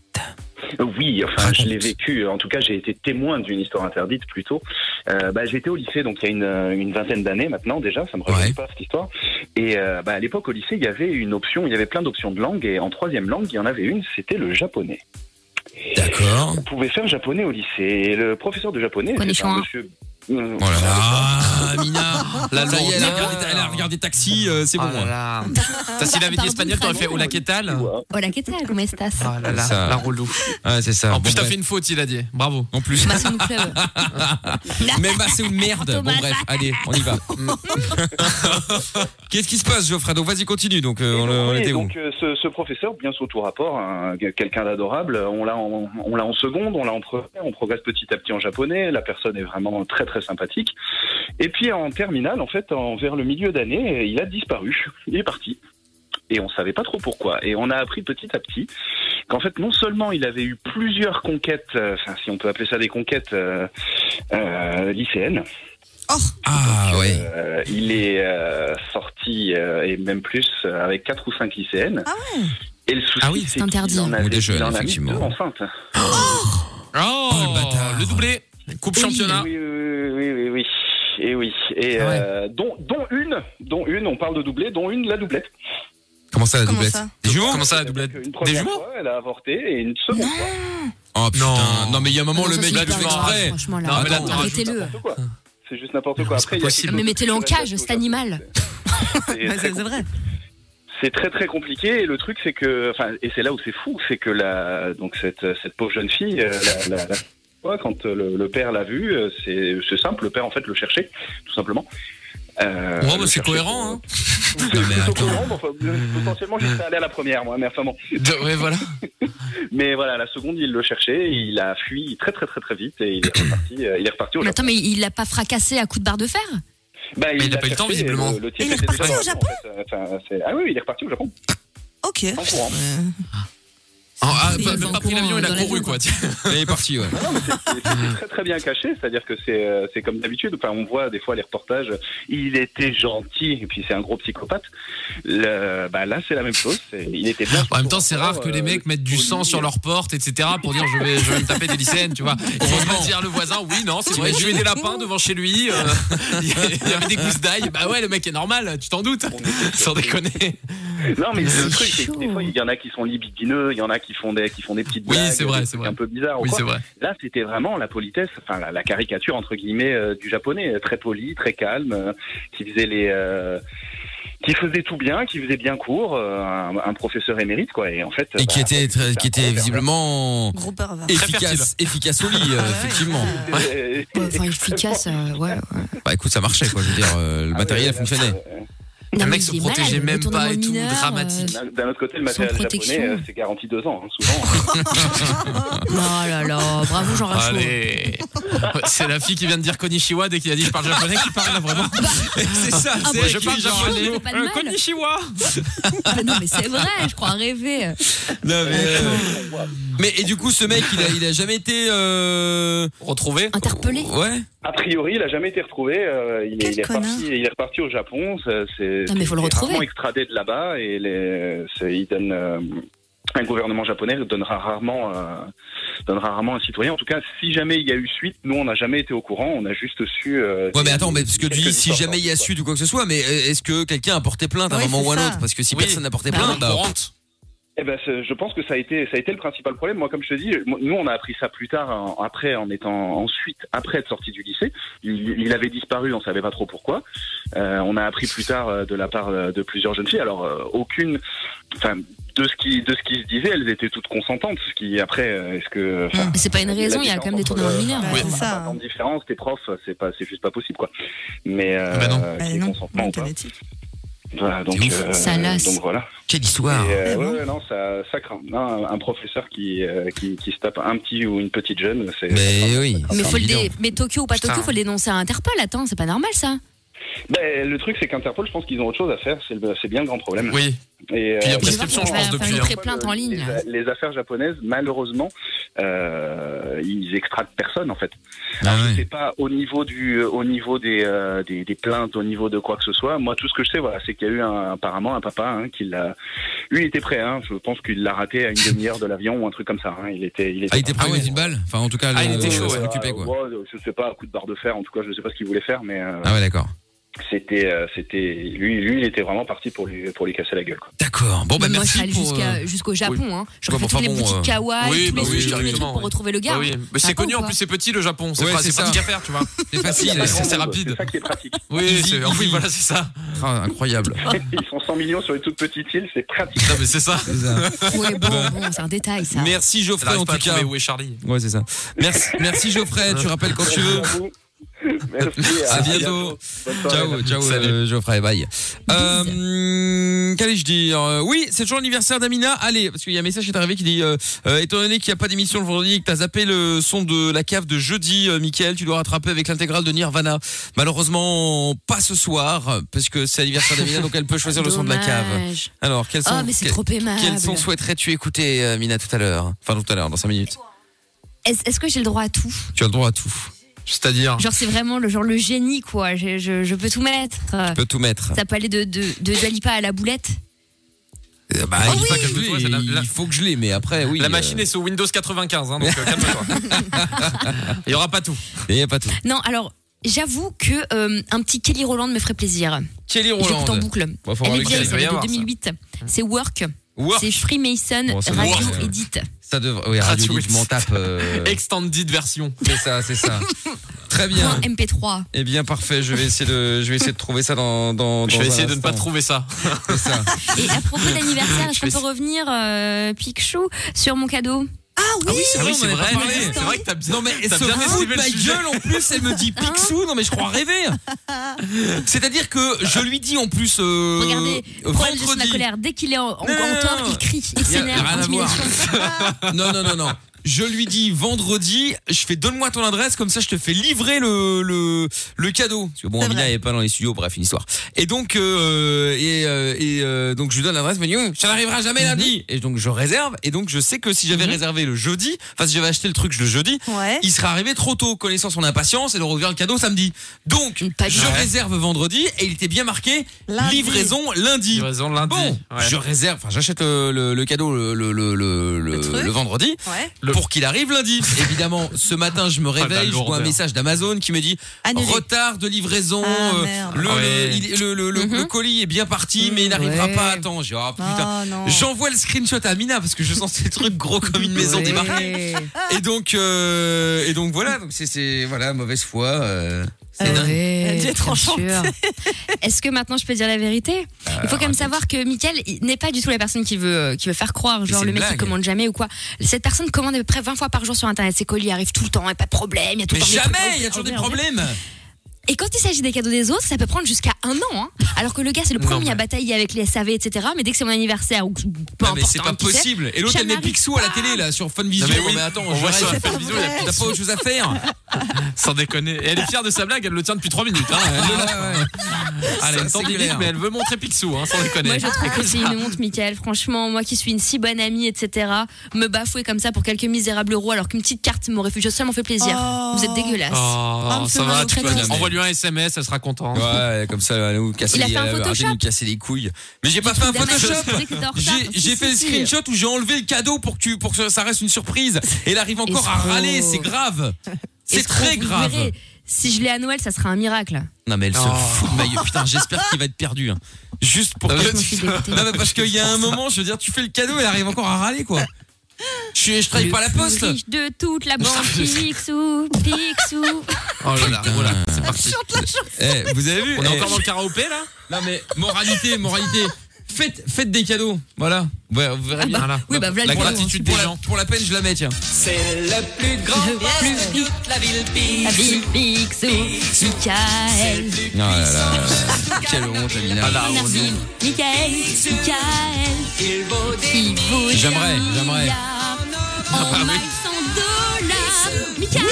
G: Euh, Oui, enfin, je
A: Raconte.
G: l'ai vécu. En tout cas, j'ai été témoin d'une histoire interdite plutôt. Euh, bah, j'étais au lycée, donc il y a une, euh, une vingtaine d'années maintenant déjà. Ça me revient
A: Ouais.
G: pas cette histoire. Et euh, bah, à l'époque au lycée, il y avait une option, il y avait plein d'options de langues, et en troisième langue, il y en avait une, c'était le japonais.
A: D'accord.
G: On pouvait faire japonais au lycée. Et le professeur de japonais,
C: Konnichiwa.
G: c'était un monsieur. Euh,
A: Voilà. Ah, Mina,
D: La
A: ça y est, elle, a
D: lourdeur.
A: regardé, elle a regardé taxi, euh, c'est
D: Oh
A: bon.
D: là
A: hein.
D: là. T'as- S'il avait dit
C: Pardon,
D: espagnol, t'aurais fait Hola, ¿qué tal
G: Konnichiwa.
C: Hola, ¿qué tal? ¿Cómo estás?
D: Oh là là,
A: Ça.
D: la relou.
A: Ouais, Ah, c'est ça.
D: En
A: Bon,
D: plus, t'as
A: bref.
D: fait une faute, il a dit. Bravo.
A: En plus.
C: Bah, c'est mon club.
A: Même bah, c'est une merde. Bon
C: Thomas.
A: bref, allez, on y va.
D: Mm.
A: Qu'est-ce qui se passe, Geoffrey Donc vas-y, continue. Donc euh, on, on
G: Oui,
A: était où
G: donc euh, ce, ce professeur, bien sûr, tout rapport, hein, quelqu'un d'adorable, on l'a en, on l'a en seconde, on l'a en première, on progresse petit à petit en japonais, la personne est vraiment très très sympathique. Et puis en terminale, en fait, en, vers le milieu d'année, il a disparu, il est parti. Et on savait pas trop pourquoi. Et on a appris petit à petit qu'en fait, non seulement il avait eu plusieurs conquêtes, euh, enfin si on peut appeler ça des conquêtes euh, euh, lycéennes,
A: Ah ouais.
G: euh, il est euh, sorti, euh, et même plus, euh, avec 4 ou 5 lycéennes.
C: Ah
G: et le souci,
A: Ah oui,
C: c'est
G: c'est qu'il
C: interdit.
G: en
C: Ou
G: avait-
A: des jeunes,
G: il en a mis
A: effectivement.
G: deux enceintes.
D: Oh,
A: le bâtard.
D: le doublé. Coupe
C: Oui.
D: championnat.
G: Oui, oui, oui, oui, oui. Et oui. Et
D: Ah ouais.
G: euh, dont, dont une, dont une, on parle de doublée, dont une la doublette.
A: Comment ça la
F: Comment
A: doublette
F: ça
A: Des jumeaux
D: Comment ça, la doublette
G: Une
D: Des
G: première
D: jumeaux
G: fois, elle a avorté, et une seconde fois.
A: Oh putain. Non,
D: Non.
A: mais il y a un moment
C: Non,
A: le
C: ça,
A: mec
C: c'est
A: il le
C: hyper
A: fait
C: grave,
A: exprès.
C: Franchement,
D: Non,
C: là,
D: mais là, attends,
C: arrêtez-le.
G: N'importe
D: Ah.
G: quoi. C'est juste n'importe
D: Non,
G: quoi.
D: c'est pas
G: Après, il y a
D: possible.
G: quelque
C: Mais
G: chose
C: mettez-le en
G: naturel
C: cage, cet
G: au Japon.
C: animal. Bah,
G: C'est
F: Mais
G: très
F: C'est c'est vrai.
G: C'est très très compliqué et le truc c'est que enfin et c'est là où c'est fou c'est que la donc cette cette pauvre jeune fille euh, la, la- la- ouais, quand euh, le, le père l'a vue euh, c'est c'est simple le père en fait le cherchait tout simplement. Euh,
D: Ouais, bah,
G: le
D: c'est
G: cherchait
D: cohérent, hein.
G: pour-
A: Non,
G: C'est
A: mais
G: plutôt
A: attends.
G: cohérent, mais enfin, euh, potentiellement je serais allé à la première moi mais enfin bon.
D: De- Ouais, voilà.
G: Mais voilà la seconde il le cherchait et il a fui très très très très vite et il est reparti euh, il est reparti au
C: Mais
G: Japon.
C: attends, mais il l'a pas fracassé à coups de barre de fer
G: Bah,
D: Mais il a
G: l'a
D: pas eu le temps,
G: cherché, et
D: visiblement.
G: Le, le type
F: Il est
G: était déjà
F: reparti au
G: en fait. Enfin, c'est- ah oui il est reparti au Japon.
F: Ok.
G: Pas courant.
F: Euh,
D: Ah, bah.
C: Oui,
D: pas,
C: dans le
D: pas pris
C: courant,
D: l'avion, il a
C: dans
D: couru,
C: l'avion,
D: quoi.
A: Elle est partie, ouais.
G: Non, mais c'est- c'est c'est très très bien caché, c'est-à-dire que c'est euh, c'est comme d'habitude. Enfin, on voit des fois les reportages. Il était gentil, et puis c'est un gros psychopathe. Le- bah là, c'est la même chose. c'est- Il était bien.
D: En même temps, c'est rare que les
G: Euh,
D: mecs mettent du
G: poli,
D: sang sur
G: euh,
D: leur porte, etc. pour dire je vais, je vais me taper des lycéennes, tu vois. Ils vont pas dire le voisin, oui, non, c'est vrai, j'ai eu des lapins devant chez lui, euh, il y avait des gousses d'ail. Bah ouais, le mec est normal, tu t'en doutes.
G: on était-
D: Sans déconner.
G: Non, mais
C: C'est
G: le truc, c'est que des
C: chaud.
G: fois, il y en a qui sont libidineux, il y en a qui font des, qui font des petites
D: Oui,
G: blagues.
D: c'est vrai,
G: des
D: c'est
G: trucs
D: vrai.
G: Un peu bizarre.
D: Oui, c'est vrai.
G: Là, c'était vraiment la politesse, enfin la, la caricature entre guillemets euh, du japonais, euh, très poli, très calme, euh, qui faisait les, euh, qui faisait tout bien, qui faisait bien court, euh, un, un professeur émérite quoi. Et en fait,
A: Et
G: bah,
A: qui était très-
G: c'est
A: qui
G: un
A: était
G: pervers.
A: visiblement
F: Gros pervers.
A: efficace, efficace au lit, euh,
F: Ah ouais.
A: effectivement.
G: Euh,
C: Enfin, efficace, euh, ouais, ouais.
A: Bah écoute, ça marchait, quoi. Je veux dire, euh, le
G: Ah
A: matériel
G: oui, là,
A: fonctionnait.
G: euh,
C: Non,
D: le
C: mais
D: mec
C: il
D: se
C: est malade,
D: protégeait même
C: retournement
D: pas et tout,
C: mineur, euh,
D: dramatique.
G: D'un- D'un autre côté, le
C: Sans
G: matériel
C: protection.
G: japonais, euh, c'est garanti deux ans, hein, souvent.
C: Oh là là, bravo Jean Rachaud.
D: Allez, c'est la fille qui vient de dire Konishiwa dès qu'il a dit je parle japonais qui parle là vraiment.
A: C'est ça,
C: Ah
A: c'est
C: bon,
A: je
C: tu
A: parle
C: dis
A: japonais.
C: japonais, c'est pas de mal.
D: Konishiwa.
C: Ah non mais c'est vrai, je crois rêver.
A: Non, mais, euh, mais et du coup, ce mec, il a, il a jamais été euh,
D: Retrouvé.
C: Interpellé.
A: Ouais.
G: A priori, il n'a jamais été retrouvé. euh, il, est,
F: Quel
G: il est
F: connard.
G: reparti, il est reparti au Japon. c'est- C'est
C: Ah, mais faut le
G: il est
C: retrouver.
G: rarement extradé de là-bas et les, c'est- il donne. euh, un gouvernement japonais donnera rarement, euh, donnera rarement un citoyen. En tout cas, si jamais il y a eu suite, nous on n'a jamais été au courant. On a juste su. euh,
A: Ouais, mais attends, mais parce que tu
G: quelques
A: dis si
G: histoires
A: jamais il y a
G: sorties,
A: suite ou quoi que ce soit, mais euh, est-ce que quelqu'un a porté plainte à un
F: Ouais,
A: moment
F: c'est
A: ou à un
F: ça.
A: autre Parce que si
D: Oui.
A: personne n'a porté
C: Bah
A: plainte, bah,
D: courante.
G: Eh ben, c'est- je pense que ça a été, ça a été le principal problème. Moi, comme je te dis, moi- nous, on a appris ça plus tard, en- après, en étant ensuite, après être sorti du lycée. Il, il avait disparu, on savait pas trop pourquoi. Euh, on a appris plus tard euh, de la part euh, de plusieurs jeunes filles. Alors, euh, aucune, enfin, de ce qui, de ce qui se disait, elles étaient toutes consentantes. Ce qui, après, euh, est-ce que,
A: Ah.
G: enfin,
C: C'est pas une raison, il y a quand même des
A: euh,
C: tournements mineurs.
F: Bah,
G: oui,
F: c'est ça.
G: en différence, t'es prof, c'est pas, c'est juste pas possible, quoi. Mais, euh,
D: bah non.
F: Bah
G: qu'il y ait
F: non,
G: consentement ou
F: manque
G: pas.
F: d'éthique.
G: Voilà, donc,
A: C'est ouf.
G: euh,
C: Ça lasse.
G: donc voilà.
A: quelle histoire
G: Et, euh,
F: Ah
G: ouais,
F: bon
G: ouais, non, ça, ça craint. Non, un- un professeur qui, euh, qui, qui se tape un petit ou une petite jeune, c'est.
A: Mais oui.
C: Mais
A: c'est
C: faut le
A: évident.
C: dé- mais Tokyo ou pas
D: Putain.
C: Tokyo, faut le dénoncer à Interpol. Attends, c'est pas normal ça.
G: Ben, le truc, c'est qu'Interpol, je pense qu'ils ont autre chose à faire. C'est le- c'est bien le grand problème.
D: Oui.
G: Et,
D: Puis il y a
G: euh,
D: prescription, je pense,
C: Faire
D: depuis.
C: une
D: hein.
C: pré-plainte en ligne. là.
G: Les, les affaires japonaises, malheureusement, euh, ils extradent personne en fait.
A: Ah ouais.
G: C'est pas au niveau du, au niveau des, euh, des, des plaintes, au niveau de quoi que ce soit. Moi, tout ce que je sais, voilà, c'est qu'il y a eu un, apparemment un papa hein, qui l'a. Lui, il était prêt. Hein, je pense qu'il l'a raté à une demi-heure de l'avion ou un truc comme ça. hein. Il était, il était.
A: Ah, il était
G: pas-
A: pris d'une balle Enfin, en tout cas,
D: Ah, il
A: le-
D: était chaud,
A: ça
D: ouais.
A: l'occupait, quoi.
G: Euh, ouais, je sais pas, coup de barre de fer. En tout cas, je sais pas ce qu'il voulait faire, mais euh,
A: Ah ouais, d'accord.
G: c'était, euh, c'était lui, lui, il était vraiment parti pour lui, pour lui casser la gueule. Quoi.
A: D'accord. Bon, bah,
C: Moi, je
A: merci
C: serais allée
A: pour,
C: jusqu'à-
A: euh,
C: jusqu'au Japon. Hein. J'aurais
A: Ouais,
C: fait
A: bon,
C: toutes
A: enfin,
C: les
A: bon,
C: boutiques
A: euh,
C: kawaii,
D: oui,
C: tous
D: bah
C: les trucs,
D: oui,
C: tous les trucs
D: directement,
C: pour
D: oui.
C: retrouver le gars.
D: Bah oui, mais
C: Ça
D: c'est
C: compte,
D: connu en
C: quoi.
D: plus, c'est petit le Japon. C'est
A: Ouais,
D: pas-
A: c'est
D: c'est
A: ça.
D: pratique à faire, tu vois.
A: Bah, C'est
G: Il y
A: facile.
G: a pas
D: c'est-
G: grand
D: c'est
G: monde,
D: rapide.
G: C'est ça qui est pratique.
D: Oui,
A: Easy,
D: c'est- en fait,
A: easy.
D: voilà, c'est ça.
A: Ah, incroyable.
G: Ils sont 100 millions sur une toute petite île, c'est pratique.
D: Non, mais c'est ça.
A: C'est ça.
C: Ouais,
A: Bah,
C: bon, bon, c'est un détail ça.
A: Merci
D: Elle
A: Geoffrey,
D: n'arrive
A: en
D: pas à
A: tout cas.
D: trouver où est Charlie.
A: Ouais, c'est ça. Merci, merci Geoffrey, tu rappelles quand tu veux.
G: Merci à vous. Merci.
A: À bientôt.
G: Bonne soirée.
A: Ciao, ciao,
D: Salut.
A: euh, Geoffrey, bye. Euh, Qu'allais-je dire Euh, Oui, c'est toujours l'anniversaire d'Amina. Allez, parce qu'il y a un message qui est arrivé qui dit euh, euh, étant donné qu'il n'y a pas d'émission le vendredi et que t'as zappé le son de la cave de jeudi, euh, Michael, tu dois rattraper avec l'intégrale de Nirvana. Malheureusement, pas ce soir, parce que c'est l'anniversaire d'Amina, donc elle peut choisir le son de la cave.
C: Dommage.
A: Alors, quels sont
C: Oh, mais c'est
A: que-
C: trop aimable.
A: quels sons souhaiterais-tu écouter, euh, Amina, tout à l'heure Enfin, tout à l'heure, dans 5 minutes.
C: Est-ce est-ce que j'ai le droit à tout
A: Tu as le droit à tout.
D: C'est-à-dire.
C: Genre, c'est vraiment le genre le génie, quoi. Je, je, je peux tout mettre.
A: Tu peux tout mettre.
C: Ça peut aller de, de, de Dalipa à la boulette.
A: Euh, bah,
D: Ah
A: il, faut
D: oui.
A: que je l'ai,
D: C'est la- la-
A: il faut que je l'ai, mais après, oui.
D: La
A: euh,
D: machine est sous Windows 95, hein, donc euh, calme-toi. Il n'y aura pas tout.
A: Il n'y a pas tout.
C: Non, alors, j'avoue que euh, un petit Kelly Roland me ferait plaisir.
A: Kelly
C: J'écoute en
A: Roland.
C: boucle.
A: Bon, faut
C: Elle
A: voir
C: est
A: lequel
C: vieille,
A: il
D: va
C: ça
D: y
C: date de
D: avoir, ça.
C: 2008. C'est Work.
A: Mmh. Work.
C: C'est Freemason
A: Bon, ça doit
C: Radio
A: être-
C: Edit.
A: Ça devrait. Oui, Radio
D: Radio
A: Hit, je m'en tape. euh,
D: Extended version.
A: c'est ça, c'est ça. Très
C: Point
A: bien.
C: MP3.
A: Eh bien, parfait. Je vais essayer de, je vais essayer de trouver ça dans. dans
D: Je
A: dans
D: vais
A: un
D: essayer de ne pas
A: instant.
D: trouver ça.
A: C'est ça.
C: Et à propos d'anniversaire, est-ce
D: Je vais
C: qu'on peut
D: essayer.
C: revenir, euh, Picsou, sur mon cadeau
F: Ah oui,
A: Ah oui, c'est vrai.
D: C'est
A: on en a
D: vrai,
A: pas parlé.
D: c'est vrai que t'as bien.
A: Non mais elle
D: T'as
A: se
D: bien
A: fout de
D: esquivé le
A: ma
D: sujet.
A: gueule en plus. Elle me dit Picsou. Non mais je crois rêver. C'est-à-dire que je lui dis en plus. euh,
C: Regardez, problème de la
A: vendredi.
C: colère. Dès qu'il est en, en- en
A: Non, non,
C: tort,
A: non.
C: il crie, il
A: Y a
C: s'énerve,
A: rien à voir.
C: intimidation.
A: Non, non, non, non. Je lui dis vendredi, je fais donne-moi ton adresse, comme ça je te fais livrer le, le, le cadeau. Parce que bon,
F: C'est
A: Amina
F: vrai.
A: n'est pas dans les studios, bref, une histoire. Et donc, euh, et, euh, et, euh, donc je lui donne l'adresse, mais Hum, ça n'arrivera
F: Mhm.
A: jamais lundi. Et donc je réserve, et donc je sais que si j'avais réservé le jeudi, enfin si j'avais acheté le truc le jeudi,
F: ouais.
A: il sera arrivé trop tôt, connaissant son impatience, et le ouvert le cadeau samedi. Donc,
C: Pas
A: je
C: bien.
A: réserve vendredi, et il était bien marqué
F: Lundi.
A: livraison lundi.
D: Livraison lundi.
A: Bon,
D: Ouais.
A: je réserve, enfin j'achète le, le- le cadeau le, le, le, le,
F: truc.
A: le vendredi
F: Ouais.
D: Le- Ah,
A: pour qu'il arrive lundi. Évidemment, ce matin je me
D: la
A: réveille, je vois un
D: lourdeur.
A: message d'Amazon qui me dit
F: Annulé.
A: retard de livraison,
F: Ah,
A: euh,
F: merde.
A: le,
D: Ah
A: le-
D: ouais.
A: il- le- le- le-
C: Mhm.
A: le colis est bien parti mais il n'arrivera
C: Ouais.
A: pas à temps. J'ai, oh, putain.
F: Oh, non.
A: J'envoie le screenshot à Mina parce que je sens ces trucs gros comme une maison
C: Ouais.
A: débarquer. Et donc euh, et donc voilà, donc c'est- c'est voilà mauvaise foi. euh.
F: Euh,
A: dingue.
C: Ouais,
F: Elle a dû être
C: bien
F: enchantée.
C: sûr. Est-ce que maintenant je peux dire la vérité
A: Euh,
C: Il faut quand même savoir que Mickaël il n'est pas du tout la personne qui veut, euh, qui veut faire croire, genre
A: c'est
C: le
A: une
C: mec qui
A: blague.
C: commande jamais ou quoi. Cette personne commande à peu près 20 fois par jour sur internet. Ses colis arrivent tout le temps, et pas de problème, il y a tout
A: Mais
C: le temps des
A: jamais,
C: trucs.
A: il y a toujours des
C: Envers, envers.
A: problèmes.
C: Et quand il s'agit des cadeaux des autres, ça peut prendre jusqu'à un an. hein. Alors que le gars, c'est le
D: Non,
C: premier
D: mais-
C: à batailler avec les SAV, etc. Mais dès que c'est mon anniversaire, ou que- peu
A: Non, Ah, mais
C: importe,
A: c'est
C: hein,
A: pas
C: qui c'est,
A: possible. Et l'autre,
C: ça
A: elle met
C: m'arrive
A: Picsou à la télé, là, sur Fun Vision.
D: mais oui.
A: mais attends,
D: On
A: je
D: voit ça,
A: reste.
D: Fun Vision, il y a
A: T'as pas autre chose à faire Ah,
D: Sans déconner. Et elle est fière de sa blague, elle le tient depuis 3 minutes. Hein. Elle, le- elle
A: Ça,
D: a une
A: c'est
D: tendinite,
A: clair.
D: mais elle veut montrer Picsou, hein, sans déconner.
C: Moi,
D: Ah,
C: je
A: Ah,
C: trouve que c'est une honte, Michael. Franchement, moi qui suis une si bonne amie, etc., me bafouer comme ça pour quelques misérables euros alors qu'une petite carte m'aurait fait juste seulement fait plaisir.
F: Oh.
C: Vous êtes dégueulasse.
A: Ah.
D: Oh,
F: me fait
D: ça
F: mal
D: va,
F: au
D: tu peux-
A: crâne.
D: envoie-lui un SMS, elle sera contente.
A: Ouais, comme ça, elle va nous casser,
C: Il a
A: les-
C: fait un
A: elle va arrêter de nous
C: Photoshop.
A: casser les couilles. Mais j'ai pas fait un
C: Dame, je
A: Photoshop.
C: sais que t'es en retard.
A: J'ai- J'ai fait le
C: Si, si.
A: screenshot où j'ai enlevé le cadeau pour que, tu, pour que ça reste une surprise. Et elle arrive encore à
C: Escroc.
A: râler, c'est grave. C'est
C: Est-ce qu'on-
A: très
C: vous
A: grave.
C: verrez, si je l'ai à Noël, ça sera un miracle.
A: Non mais elle se
D: Oh.
A: fout de ma gueule. Putain, j'espère qu'il va être perdu. hein. Juste pour.
D: Non,
A: que-
D: mais
C: Je m'en suis dégoûtée.
A: Non mais parce qu'il y a un moment, je veux dire, tu fais le cadeau, elle arrive encore à râler quoi. Je, je travaille pas à la
C: Le plus
A: poste.
C: riche de toute la bande. Picsou, Picsou.
D: Oh, là, là, voilà.
A: c'est parti. Eh, vous avez vu
D: On est
A: eh,
D: encore dans le karaopé là
A: Non mais moralité, moralité. Faites, faites des cadeaux, voilà. Ouais, vous verrez bien.
D: Voilà.
C: Oui, bah, voilà
A: la
C: le cadeau,
A: gratitude
D: hein.
A: des
D: Pour la-
A: gens. Pour la peine, je la mets, tiens.
C: Le plus riche de la ville Picsou. Michael.
A: Oh là là. Quelle honte, Amina.
C: Narville, Michael, Michael. Il vaut des
A: J'aimerais,
C: milliards.
A: j'aimerais. Ah bah
C: En miles, en dollars. Michael.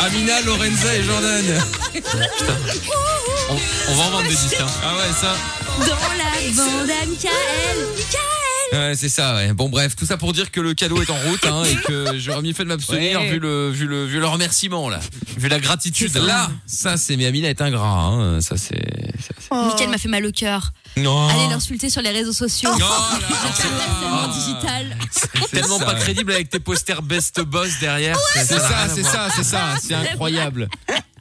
A: Amina, Lorenza et Jordan.
D: On, on va en vendre des disques. hein.
A: Ah ouais, ça.
C: Dans la bande à Michael. Michael.
A: Ouais, c'est ça, ouais. Bon, bref, tout ça pour dire que le cadeau est en route, hein, et que j'aurais mieux fait de m'abstenir
C: Ouais.
A: vu, le, vu, le, vu le remerciement, là.
D: Vu la gratitude.
A: Là, ça, c'est. Mais Amina est ingrat, hein. Ça, c'est. ça, c'est-
D: Oh.
F: Oh.
C: Michael m'a fait mal au cœur.
A: Non.
C: Allez l'insulter sur les réseaux sociaux.
D: Oh.
A: Non,
C: C'est le harcèlement digital.
D: Tellement pas crédible avec tes posters best boss derrière.
A: C'est
D: n'a rien
A: ça,
D: à
A: c'est
D: voir.
A: ça, c'est ça, c'est incroyable.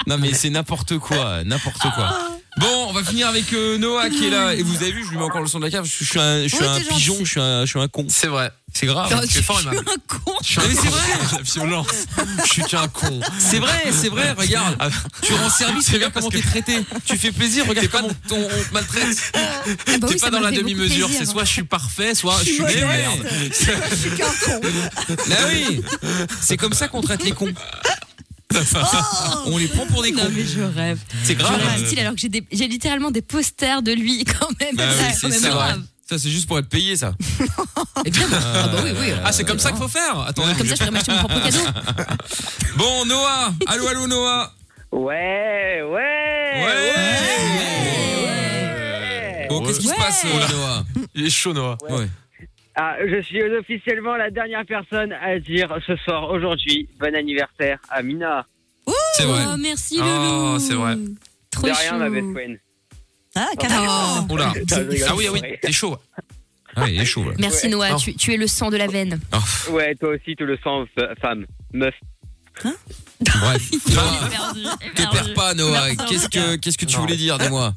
A: Non mais c'est n'importe quoi, n'importe quoi. Bon, on va finir avec euh, Noah qui est là. Et vous avez vu, je lui mets encore le son de la cave. Je suis un, je suis
F: Oui,
A: un
F: t'es
A: pigeon,
F: gentil.
A: je suis un, je suis un con.
D: C'est vrai.
A: C'est grave.
D: tu es fort,
C: Je suis
D: Emma.
C: un con.
A: Non, mais c'est vrai,
D: La violence. Je suis qu'un con.
A: c'est vrai, c'est vrai. Regarde, tu rends service, regarde comment t'es traité. Tu fais plaisir, regarde comment on, on te maltraite.
C: Ah bah
D: T'es
C: oui, ça
D: pas dans
C: m'a
D: la
C: fait beaucoup
D: demi-mesure.
C: plaisir.
D: C'est soit je suis parfait, soit je
F: Je suis
D: suis des
F: modeste.
D: merdes.
F: Je suis qu'un con.
A: Bah oui, c'est comme ça qu'on traite les cons. On les prend pour des
C: Oh. Non
A: cons.
C: mais je rêve.
A: C'est
C: Je
A: grave.
D: Ah.
C: rêve style alors que j'ai des- j'ai littéralement des posters de lui quand même.
A: Bah oui,
C: C'est
A: c'est
C: quand même
A: ça.
C: grave.
A: Ça c'est juste pour être payé ça.
C: Évidemment. Ah bah oui, oui.
D: Ah, c'est comme ça qu'il faut faire. Attendez,
C: Comme ça, je pourrais m'acheter mon propre cadeau.
A: Bon Noah, allô allô Noah.
E: Ouais, ouais.
A: Bon, qu'est-ce qui se passe, euh, Noah
D: il est chaud, Noah.
A: Ouais.
E: Ah, je suis officiellement la dernière personne à dire ce soir, aujourd'hui, bon anniversaire à Mina.
A: C'est vrai.
C: Oh, merci
D: Oh,
C: Loulou.
D: c'est vrai.
C: Trop
E: De rien,
C: chou.
E: ma best friend.
F: Ah, carrément.
C: Oh.
D: Oula.
E: Putain, je rigole,
D: Ah oui, ah oui,
E: c'est vrai.
D: t'es chaud.
A: Ah, il est chaud, là.
C: Merci
E: Ouais.
C: Noah,
D: Non.
C: tu, tu es le sang de la veine.
E: Ouais, toi aussi, tu le sens, f- femme. Meuf.
A: Bref. Noah, te perds pas, Noah.
C: Merci, en
A: Qu'est-ce
C: tout
A: que, qu'est-ce que tu
D: Non.
A: voulais dire, dis-moi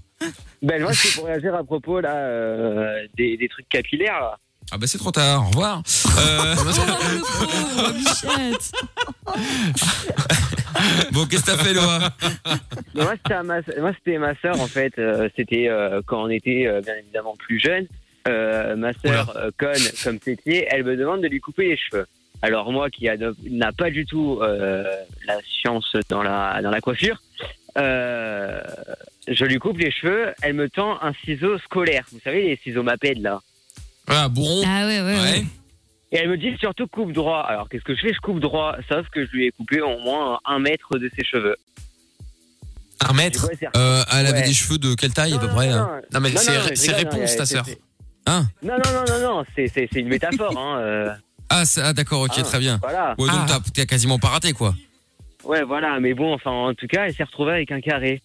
E: Ben, moi, c'est pour réagir à propos, là, euh, des, des trucs capillaires, là.
A: Ah, bah, c'est trop tard. Au revoir. Euh,
C: Oh, le pauvre, Bichette.
A: bon, qu'est-ce que t'as fait, Noah
E: Mais moi, c'était à Ah, ma, moi, c'était ma sœur, en fait. Euh, c'était euh, quand on était, euh, bien évidemment, plus jeune. Euh, ma sœur, euh, conne comme ses pieds, elle me demande de lui couper les cheveux. Alors moi, qui a- n'a pas du tout euh, la science dans la, dans la coiffure, euh, je lui coupe les cheveux, elle me tend un ciseau scolaire. Vous savez, les ciseaux m'appellent, là.
A: Ah, bourron.
C: Ah ouais, ouais. ouais.
A: Ouais.
E: Et elle me dit surtout coupe droit. Alors qu'est-ce que je fais Je coupe droit, sauf que je lui ai coupé au moins un mètre de ses cheveux.
D: Un
E: Du
D: mètre.
E: coup, elle s'est
A: Euh, elle avait
E: Ouais.
A: des cheveux de quelle taille, à peu près hein
D: Non, mais
E: Non,
D: c'est
E: non, mais je
D: c'est
E: rigole,
D: réponse,
E: non,
D: ta
E: c'est-
D: sœur.
E: c'est-
A: Hein
E: Non, non, non, non, non, c'est, c'est, c'est une métaphore, hein. euh,
A: Ah, ça- ah, d'accord, ok,
E: Ah.
A: très bien.
E: voilà.
A: Ouais, donc
D: Ah.
A: t'as- t'as quasiment pas raté, quoi.
E: Ouais, voilà, mais bon, enfin, en tout cas, elle s'est retrouvée avec un carré.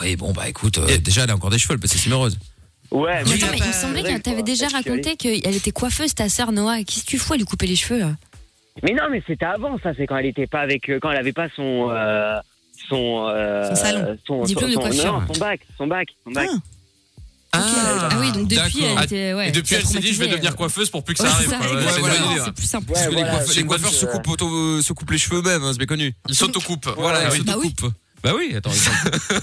A: Oui, bon, bah, écoute, euh, déjà, elle a encore des cheveux, parce que c'est heureuse.
E: Ouais,
C: Mais attends,
E: mais.
F: Oui,
C: mais
F: bah,
C: il me semblait que
E: vrai,
C: t'avais
E: quoi.
C: déjà
E: Je suis allé.
C: raconté qu'elle était coiffeuse, ta sœur Noah. Qu'est-ce que tu fous à lui couper les cheveux là
E: Mais non, mais c'était avant, ça, c'est quand elle était pas avec. euh, Quand elle avait pas son. euh, son. euh,
F: Son salon.
E: Son,
C: Diplôme de
E: son, son,
C: coiffure.
E: non, son bac, son bac, son bac.
C: Ah, oui, donc depuis
A: d'accord.
C: elle était. Ouais,
D: Et depuis,
C: ça
D: elle s'est dit, je vais
C: traumatisait,
D: devenir
C: euh.
D: coiffeuse pour plus que
C: Ouais,
D: ça
C: c'est
D: arrive.
C: ça,
D: quoi. Ouais,
A: exactement.
D: c'est une bonne idée,
C: exactement,
D: hein.
C: c'est plus simple.
E: Ouais,
A: Parce que les
E: voilà,
A: coiffeurs-
E: c'est
A: les
E: une
A: coiffeurs
E: bonne-
A: se coupent, auto- se coupent les cheveux eux-mêmes, hein, c'est bien connu.
D: Ils s'autocoupent.
A: Voilà,
D: Voilà,
A: ils
D: oui.
C: Bah oui.
A: s'autocoupent. Bah oui, attends, ils sont-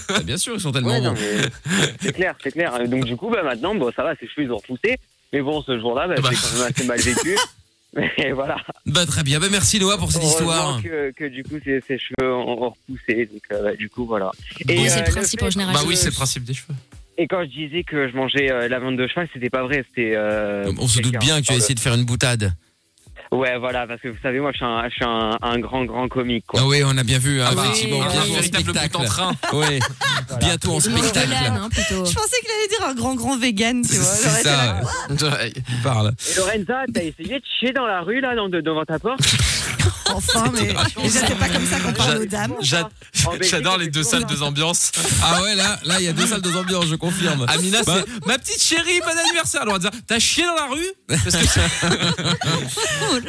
A: Bah, bien sûr, ils sont tellement
E: Ouais,
A: bons.
E: non, mais c'est clair, c'est clair. Donc du coup, bah, maintenant, bon, ça va, ses cheveux, ils ont repoussé. Mais bon, ce jour-là, bah,
D: Bah.
E: j'ai quand même assez mal vécu.
J: Mais voilà.
A: Bah très bien, bah merci Noah pour cette
J: Heureusement
A: histoire.
J: Que, euh, que du coup, ses, ses cheveux ont ont repoussé. Donc, euh, bah, du coup, voilà.
C: Oui, c'est
J: euh,
C: le principe en général.
J: Bah oui, c'est le
A: principe des cheveux.
J: Et quand je disais que je mangeais euh, la viande de cheval, c'était pas vrai. C'était. euh,
A: On se doute
J: quelqu'un
A: bien que tu as
J: dans le-
A: essayé de faire une boutade.
J: Ouais, voilà, parce que vous savez, moi, je suis un, je suis un, un grand, grand comique. Quoi.
A: Ah oui, on a bien vu, hein,
J: Ah oui,
A: effectivement,
D: euh,
J: ah
A: bien
J: oui.
A: vu en
J: Véritable
A: spectacle.
J: bout en train.
A: Oui. Bientôt en spectacle.
C: hein,
F: Je pensais qu'il allait dire un grand, grand vegan, tu vois. J'aurais
A: C'est
F: été là.
A: ça. Il parle.
J: Et Lorenza, t'as essayé de chier dans la rue, là, dans- de- devant ta porte
F: euh, Enfin, mais déjà, c'est pas comme ça qu'on parle aux dames.
D: J'a- J'adore les deux salles, deux ambiances.
A: Ah ouais, là, là, il y a deux salles, deux ambiances, je confirme.
D: Amina, c'est
A: Bah.
D: ma petite chérie, bon anniversaire. Alors, on va dire, t'as chié dans la rue Parce que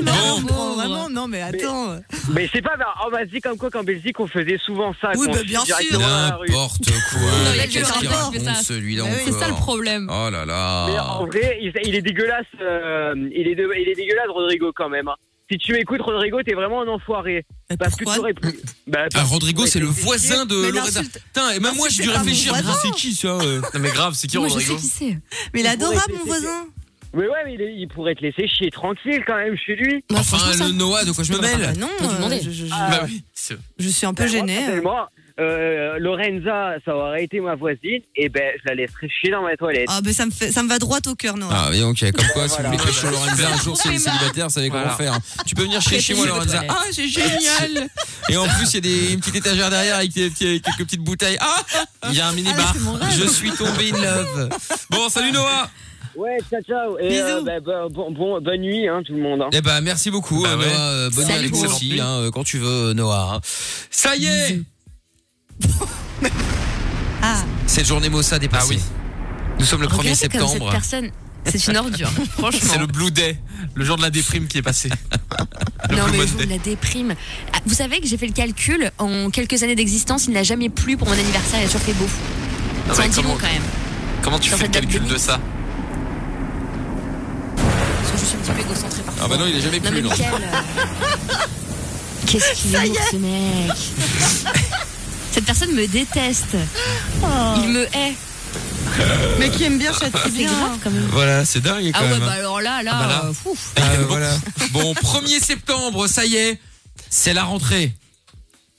F: Non, bon, vraiment, non, mais attends.
J: Mais c'est pas, bah, en Belgique, comme quoi qu'en Belgique, on faisait souvent ça.
F: Oui,
J: qu'on
F: bah,
J: chie
F: bien
J: directement
F: sûr.
J: dans la rue.
A: N'importe quoi.
C: il y a
A: Qu'est-ce
C: que le
A: qu'il
C: rapport qui fait
A: raconte,
C: ça.
A: celui-là
C: Ah C'est
A: encore
C: ça le problème.
D: Ah,
A: Oh là
J: Mais
A: là.
J: en vrai, il, il est dégueulasse, euh, il, est de- il est dégueulasse, Rodrigo, quand même. hein. Si tu m'écoutes, Rodrigo, t'es vraiment un enfoiré. Parce que tu aurais pu. Bah,
A: Ah,
J: parce que
A: Rodrigo,
J: t'aurais
A: c'est le
J: pu-
A: voisin de
F: Euh, Mais
A: Lorenza.
F: l'insulte-
A: Putain, et même moi, j'ai dû
F: pas mon
A: réfléchir.
F: voisin.
A: C'est qui ça euh
D: Non, mais grave, c'est qui
C: Moi, je sais
D: Rodrigo
C: qui c'est.
F: Mais il est adorable,
J: Ouais,
F: mon
J: c'est-
F: voisin.
J: Mais ouais, mais il, est- il pourrait te laisser chier tranquille, quand même, chez lui.
F: Bah,
A: Enfin,
F: franchement, ça-
A: le Noah, de quoi je me
F: Ah, bah
A: mêle
F: non,
C: Faut
F: euh,
C: demander.
F: je, je- je-
D: Bah oui, c'est-
F: je suis un peu
J: Ah. Bah, Moi,
F: gênée. hein.
J: personnellement, euh, Lorenza, ça aurait été ma voisine, et ben je la laisserais chier dans ma toilette.
F: Ah, mais ça me, fait, ça me va droit au cœur, Noah.
A: Ah, oui, ok, comme quoi, si vous
J: Voilà.
A: voulez pécho Lorenza un jour, si elle est
C: Voilà.
A: célibataire, vous savez comment
D: Voilà.
A: faire. hein. Tu peux venir chez, chez moi,
C: Prépayé votre
A: Lorenza.
C: toilette.
F: Ah, c'est génial.
A: Et en plus, il y a des, une petite étagère derrière avec, des- petits- avec quelques petites bouteilles. Ah Il y a un mini-bar.
F: Ah, c'est mon rêve.
A: je suis tombé in love. Bon, salut Noah.
J: Ouais, ciao, ciao. Et, euh,
F: Bisous.
J: bah, bah, bon, bon- bonne nuit, hein, tout le monde. hein.
A: Eh ben, merci beaucoup,
D: Bah
A: euh,
D: ouais.
A: Noah. Euh, Bonne nuit
C: Salut,
A: avec
C: Noah.
A: ceci, hein, euh, quand tu veux, euh, Noah. hein. Ça y est
F: Ah,
A: Cette journée Mossa dépassée.
D: Ah oui.
A: Nous sommes le 1er
C: Regardez comme cette
A: septembre.
C: personne, c'est une ordure.
D: c'est le Blue Day, le jour de la déprime qui est passé. Le
C: Non
D: Blue
C: mais vous,
D: Monday.
C: la déprime. Ah, Vous savez que j'ai fait le calcul, en quelques années d'existence, il n'a jamais plu pour mon anniversaire, il a toujours fait beau.
D: Non,
C: Ça en
D: mais
C: dit long
D: Ah comment,
C: quand même.
D: comment tu
C: Dans
D: fais le
C: cette date
D: calcul
C: de
D: de ça
C: Parce que je suis un petit peu égocentrée parfois.
A: Ah bah non, il est jamais
C: Non
A: plus,
C: mais
A: non.
C: Mickaël, euh, Qu'est-ce qu'il est lourd, ce mec Cette personne me déteste.
A: Oh.
C: Il me hait. Ah
F: mais qui aime bien
J: bah,
F: hein. châtie
C: C'est
F: bien.
C: grave quand même.
A: Voilà, c'est dingue
C: Ah
A: quand
C: ouais,
A: même.
C: bah alors là, là,
A: Ah bah là.
C: euh, fouf.
A: Ah, voilà. Bon, 1er septembre, ça y est, c'est la rentrée.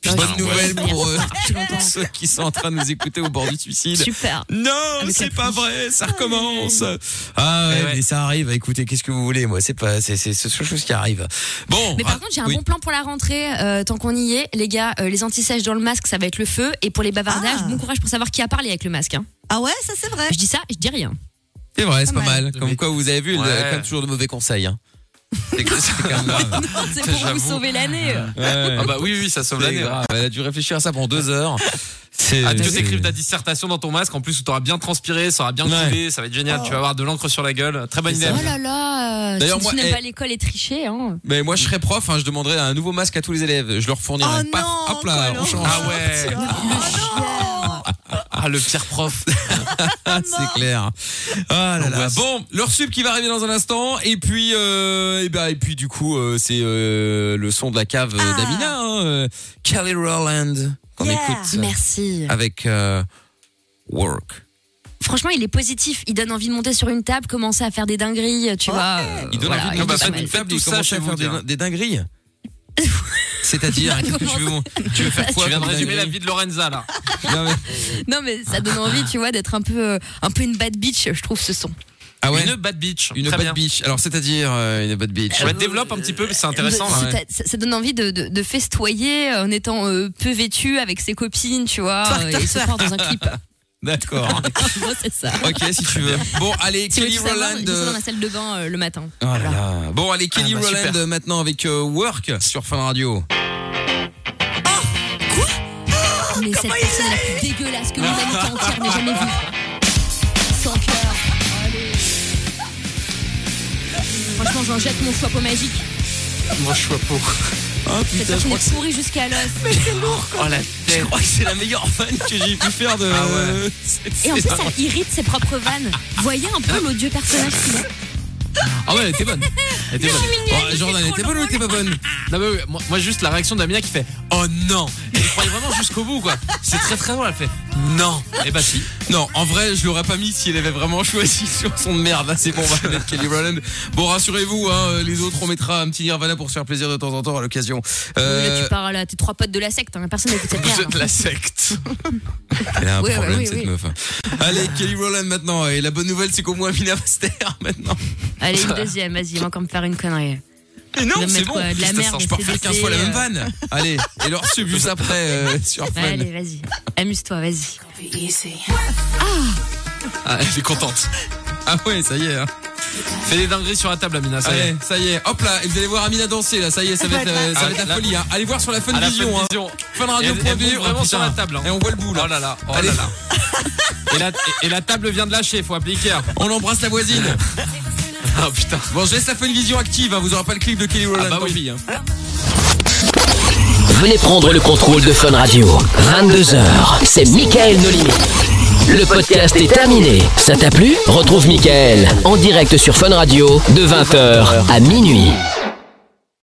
C: Putain,
A: Bonne
C: ouais.
A: nouvelle pour euh,
C: Depuis longtemps.
A: ceux qui sont en train de nous écouter au bord du suicide.
C: Super.
A: Non,
C: Avec la
A: c'est pas
C: pluie.
A: vrai, Ah, ça recommence. Ah ouais,
D: Eh ouais.
A: mais ça arrive. Écoutez, qu'est-ce que vous voulez, moi, c'est pas, c'est c'est ce chose qui arrive. Bon.
C: Mais
A: ah,
C: par contre, j'ai un
A: oui.
C: bon plan pour la rentrée. euh, tant qu'on y est, les gars, euh, les antisèches dans le masque, ça va être le feu. Et pour les bavardages,
F: Ah.
C: bon courage pour savoir qui a parlé avec le masque. hein.
F: Ah ouais, ça c'est vrai.
C: Je dis ça, je dis rien.
A: C'est vrai, c'est pas
F: Pas
A: mal.
F: mal.
A: Comme quoi, vous avez vu, il y a
D: Ouais.
A: quand même toujours de mauvais conseils. Hein. C'est c'est quand même grave.
C: C'est
D: pour vous J'avoue.
C: sauver l'année.
A: Ouais.
D: Ah bah oui, oui, ça sauve
A: C'est
D: l'année.
A: grave. Elle a dû réfléchir à ça pendant deux heures. C'est.
D: Ah, que
A: c'est-
D: t'écrives ta dissertation dans ton masque, en plus, tu auras bien transpiré, ça aura bien
A: Ouais.
D: coulé, ça va être génial, tu vas avoir de l'encre sur la gueule. Très bonne
A: C'est
D: idée.
A: ça.
C: Oh là là,
A: D'ailleurs,
C: D'ailleurs,
A: moi,
C: moi, n'aimes
A: eh.
C: pas l'école et tricher. Hein.
A: Mais moi, je serais prof, hein, je demanderais un nouveau masque à tous les élèves. Je leur fournirais
F: Oh
A: paf,
F: non,
A: hop là,
F: quoi,
A: on change.
D: Ah ouais,
F: Ah
D: ah le pire prof.
A: Ah, c'est clair. Ah là là.
D: L'angoisse.
A: Bon, leur sub qui va arriver dans un instant, et puis, euh, et ben, et puis du coup, euh, c'est euh, le son de la cave euh,
F: Ah.
A: d'Amina, hein, euh, Kelly Rowland, qu'on
F: Yeah.
A: écoute
C: Merci.
A: avec euh, Work.
C: Franchement, il est positif. Il donne envie de monter sur une table, commencer à faire des dingueries, euh, tu
F: Ouais.
C: vois.
A: Il donne
C: Voilà,
A: envie
C: il
A: de
C: est
A: bah,
D: pas
A: faites-
C: mal.
D: mal.
A: faites
D: Tout ça,
A: commencez
D: chez
A: à
D: vous,
A: faire des,
D: tiens.
A: des dingueries. C'est-à-dire, qu'est-ce que tu veux, mon- tu veux faire quoi Ah
D: Tu viens de
A: comme
D: résumer la
A: dinguerie
D: vie de Lorenza là.
A: Non, mais-
C: Non, mais ça donne envie, tu vois, d'être un peu, euh, un peu une bad bitch, je trouve, ce son.
A: Ah ouais.
D: Une bad bitch.
A: Une
D: Très
A: bad
D: bien.
A: bitch. Alors, c'est-à-dire euh, une bad bitch.
D: Ouais, développe un petit peu, c'est intéressant.
C: De-
D: là.
C: c'est- ça, ça donne envie de, de, de festoyer en étant euh, peu vêtu avec ses copines, tu vois,
F: Twerk,
C: euh,
F: twerk,
C: et se croire dans un clip.
A: D'accord.
C: Moi, c'est ça.
A: ok, si tu veux. Bon, allez,
C: Si
A: Kelly
C: tu veux savoir,
A: Rowland.
C: je fais ça dans
A: euh,
C: ma salle de bain euh, le matin.
A: oh là là. Bon, allez, Kelly
D: Ah, bah,
A: Rowland
D: super.
A: euh, maintenant avec euh, Work sur Fun Radio.
C: Mais cette personne la plus dégueulasse que mon amitié entière n'ait jamais vue. Sans cœur. Allez. Franchement, j'en jette mon chapeau magique.
D: Moi, je suis pour.
A: Ah
C: Cette personne est pourrie jusqu'à l'os.
D: Oh la
A: Je
D: tête.
A: crois que c'est la meilleure fan que j'ai pu faire de.
D: Ah ouais.
A: C'est-
C: Et en
A: c'est- Ah.
C: plus, ça irrite ses propres vannes. Voyez un peu l'odieux personnage qu'il est.
D: Ah ouais, elle était bonne. Elle était bonne. Oh, Jordan, elle était bonne ou elle était pas bonne Non, mais oui, moi, moi, juste la réaction d'Amina qui fait Oh non Et Elle croyait vraiment jusqu'au bout, quoi. C'est très très drôle, elle fait Non Et bah si.
A: Non, en vrai, je l'aurais pas mis si elle avait vraiment choisi sur son de merde. Là, c'est bon, on va mettre Kelly Rowland. Bon, rassurez-vous, hein, les autres, on mettra un petit Nirvana pour se faire plaisir de temps en temps à l'occasion.
C: Là,
A: Euh,
C: tu parles à tes trois potes de la secte, hein. personne n'écoute cette
A: vous
C: merde.
A: êtes la secte. Elle a un
C: Oui, oui,
A: problème,
C: oui,
A: cette
C: oui.
A: meuf. Allez, Kelly Rowland maintenant. Et la bonne nouvelle, c'est qu'au moins Amina va se taire maintenant.
C: Allez, une deuxième, vas-y, il va encore me faire une connerie.
A: Mais non,
C: Il va me
A: c'est
C: mettre,
A: bon.
C: euh, de la
A: Putain,
C: merde,
A: je peux
C: des
A: refaire 15
C: CDC,
A: fois la même
C: euh.
A: vanne. Allez, et leur sub juste après euh, sur Fun.
C: Allez, vas-y, amuse-toi, vas-y.
A: Ah, elle est contente. Ah ouais, ça y est. hein.
D: Fais des dingueries sur la table, Amina. Ça y est.
A: Allez, ça y est. Hop là, et vous allez voir Amina danser là. Ça y est, ça va être, euh, ça va être la folie. hein. Allez voir sur la Fun
D: À Ah, la
A: Vision. hein.
D: Funvision.
A: Funradio.be,
D: Elle- elle monte
A: oh,
D: vraiment
A: putain.
D: sur la table.
A: Et on voit le bout là.
D: Oh là là, oh
A: Allez.
D: là là. Et la, et- et la table vient de lâcher, faut appliquer. hein.
A: On embrasse la voisine.
D: Ah putain.
A: Bon, je laisse la Fun Vision active. hein. Vous aurez pas le clip de Kelly Rowland.
D: Ah bah
A: tant
D: oui.
A: pis, hein.
B: Venez prendre le contrôle de Fun Radio. 22h, c'est Michael Nolimi. Le podcast est terminé. Ça t'a plu Retrouve Michael en direct sur Fun Radio de 20h à minuit.